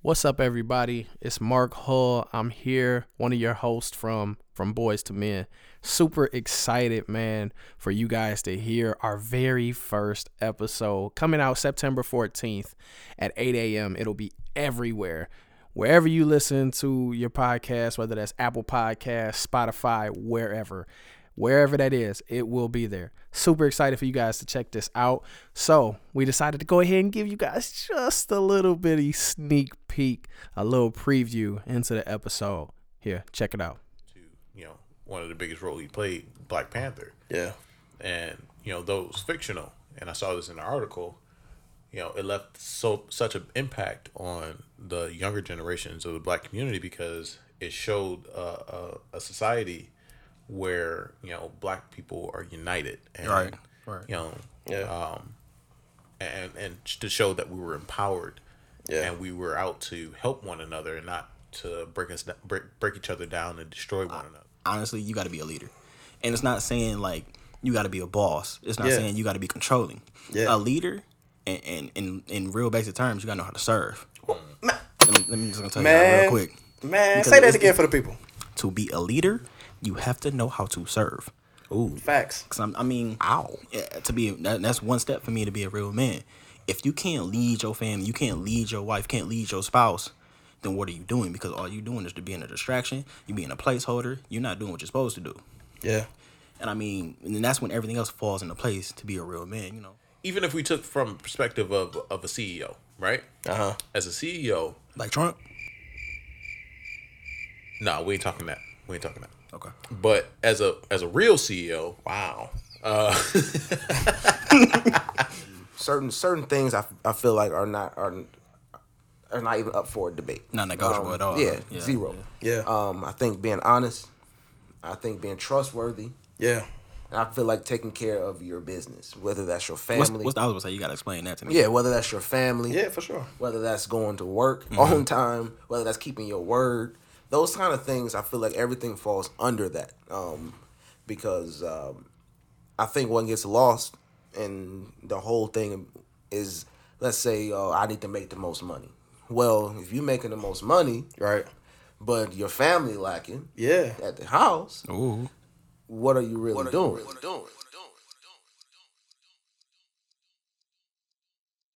What's up, everybody? It's Mark Hull. I'm here, one of your hosts from from Boys to Men. Super excited, man, for you guys to hear our very first episode coming out September 14th at 8 a.m. It'll be everywhere. Wherever you listen to your podcast, whether that's Apple Podcasts, Spotify, wherever, wherever that is, it will be there. Super excited for you guys to check this out. So, we decided to go ahead and give you guys just a little bitty sneak peek, a little preview into the episode. Here, check it out. to you know one of the biggest role he played, Black Panther, Yeah. and you know though it was fictional, and I saw this in the article. You know, it left so such an impact on the younger generations of the black community because it showed uh, a, a society where you know black people are united and Right, right. you know Yeah. and and to show that we were empowered Yeah. and we were out to help one another and not to break us da- break, break each other down and destroy one another. honestly, you got to be a leader. And it's not saying like you got to be a boss. It's not Yeah. saying you got to be controlling. Yeah. A leader, and in, in, in real basic terms, you got to know how to serve. Let me, let me just gonna tell you that Man. real quick. Man, Because say that it's- again for the people. To be a leader, you have to know how to serve. Facts. Cause I'm, I mean, ow. To be that, that's one step for me to be a real man. If you can't lead your family, you can't lead your wife, can't lead your spouse, then what are you doing? Because all you're doing is to being a distraction. You're being a placeholder. You're not doing what you're supposed to do. Yeah. And I mean, and then that's when everything else falls into place to be a real man, you know. even if we took from perspective of of a CEO, right? Uh huh. As a E CEO, Like Trump. no, we ain't talking that. We ain't talking that. Okay. But as a as a real E CEO, Wow. Uh. certain certain things I, I feel like are not are are not even up for a debate. Not negotiable Um, at all. Yeah, Yeah, zero. Yeah. Um, I think being honest. I think being trustworthy. Yeah. And I feel like taking care of your business, whether that's your What's, family. what's I was gonna say you gotta explain that to me. yeah, whether that's your family. Yeah, for sure. whether that's going to work Mm-hmm. on time, whether that's keeping your word, those kind of things. I feel like everything falls under that, um, because um, I think one gets lost, and the whole thing is, let's say, uh, I need to make the most money. Well, if you're making the most money, Right. but your family lacking Yeah. at the house, Ooh. what are you really doing?